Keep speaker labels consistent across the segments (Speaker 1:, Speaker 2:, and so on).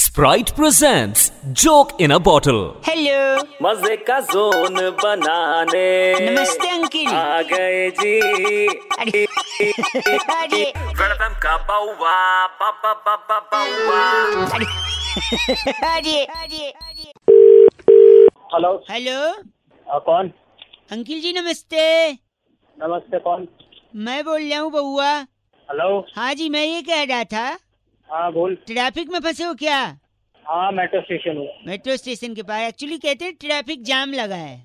Speaker 1: Sprite presents Joke in a Bottle.
Speaker 2: Hello
Speaker 3: मजे का zone बनाने
Speaker 2: नमस्ते अंकिल
Speaker 3: आ गए जी
Speaker 2: अरे अरे
Speaker 3: वेलकम का बउआ बाबा बाबा बउआ
Speaker 2: अरे अरे
Speaker 4: हेलो
Speaker 2: हेलो
Speaker 4: हाँ, कौन
Speaker 2: अंकिल जी नमस्ते
Speaker 4: नमस्ते कौन
Speaker 2: मैं बोल रहा हूँ बउआ
Speaker 4: हेलो
Speaker 2: हाँ जी मैं ये कह रहा था
Speaker 4: हाँ बोल
Speaker 2: ट्रैफिक में फंसे हो क्या
Speaker 4: हाँ मेट्रो स्टेशन हूँ
Speaker 2: मेट्रो स्टेशन के पास एक्चुअली कहते हैं ट्रैफिक जाम लगा है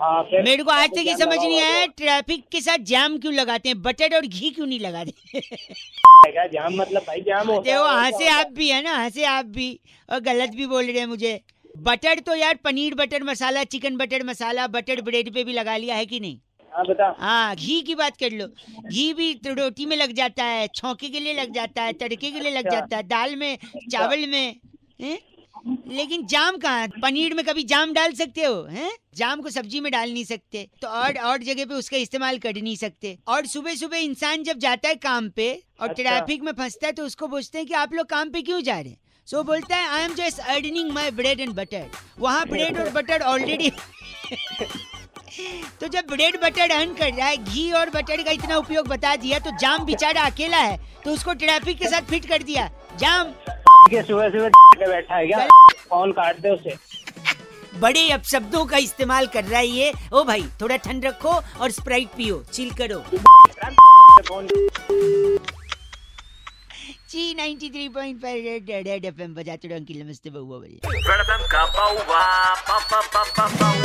Speaker 4: हाँ फिर
Speaker 2: मेरे को आज तक ये
Speaker 4: जाम
Speaker 2: समझ
Speaker 4: लगा
Speaker 2: नहीं
Speaker 4: हुआ
Speaker 2: आया ट्रैफिक के साथ जाम क्यों लगाते हैं बटर और घी क्यों नहीं लगाते
Speaker 4: है क्या? जाम मतलब भाई जाम हो
Speaker 2: देखो हंसे आप भी है ना हंसे आप भी और गलत भी बोल रहे हैं मुझे बटर तो यार paneer butter masala chicken butter masala butter bread पे भी लगा लिया है कि नहीं
Speaker 4: हाँ बता
Speaker 2: हाँ घी की बात कर लो घी भी तो रोटी में लग जाता है छौके के लिए लग जाता है तड़के के लिए लग
Speaker 4: अच्छा।
Speaker 2: जाता है दाल में चावल में हैं? लेकिन जाम कहाँ है? पनीर में कभी जाम डाल सकते हो हैं जाम को सब्जी में डाल नहीं सकते तो और और जगह पे उसका इस्तेमाल कर नहीं सकते और सुबह सुबह इंसान जब जाता है काम पे और
Speaker 4: अच्छा।
Speaker 2: ट्रैफिक में फंसता है तो उसको पूछते हैं कि आप लोग काम पे क्यों जा रहे हैं सो so, बोलता है I am just earning my bread and butter वहाँ ब्रेड और बटर ऑलरेडी तो जब ब्रेड बटर अर्न कर रहा है घी और बटर का इतना उपयोग बता दिया तो जाम बेचारा अकेला है तो उसको ट्रैफिक के साथ फिट कर दिया जाम
Speaker 4: के सुबह सुबह के बैठा है क्या फोन काट दे उसे
Speaker 2: बड़े अपशब्दों का इस्तेमाल कर रहा है ये ओ भाई थोड़ा ठंड रखो और स्प्राइट पियो चिल करो
Speaker 4: फोन
Speaker 2: जी 93.5 three point five F M बजाते रहो अंकिल नमस्ते बउआ बोलिए
Speaker 3: वेलकम का बउआ बाबा बाबा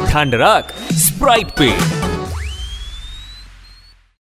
Speaker 3: बउआ
Speaker 1: ठंड रख, Sprite पे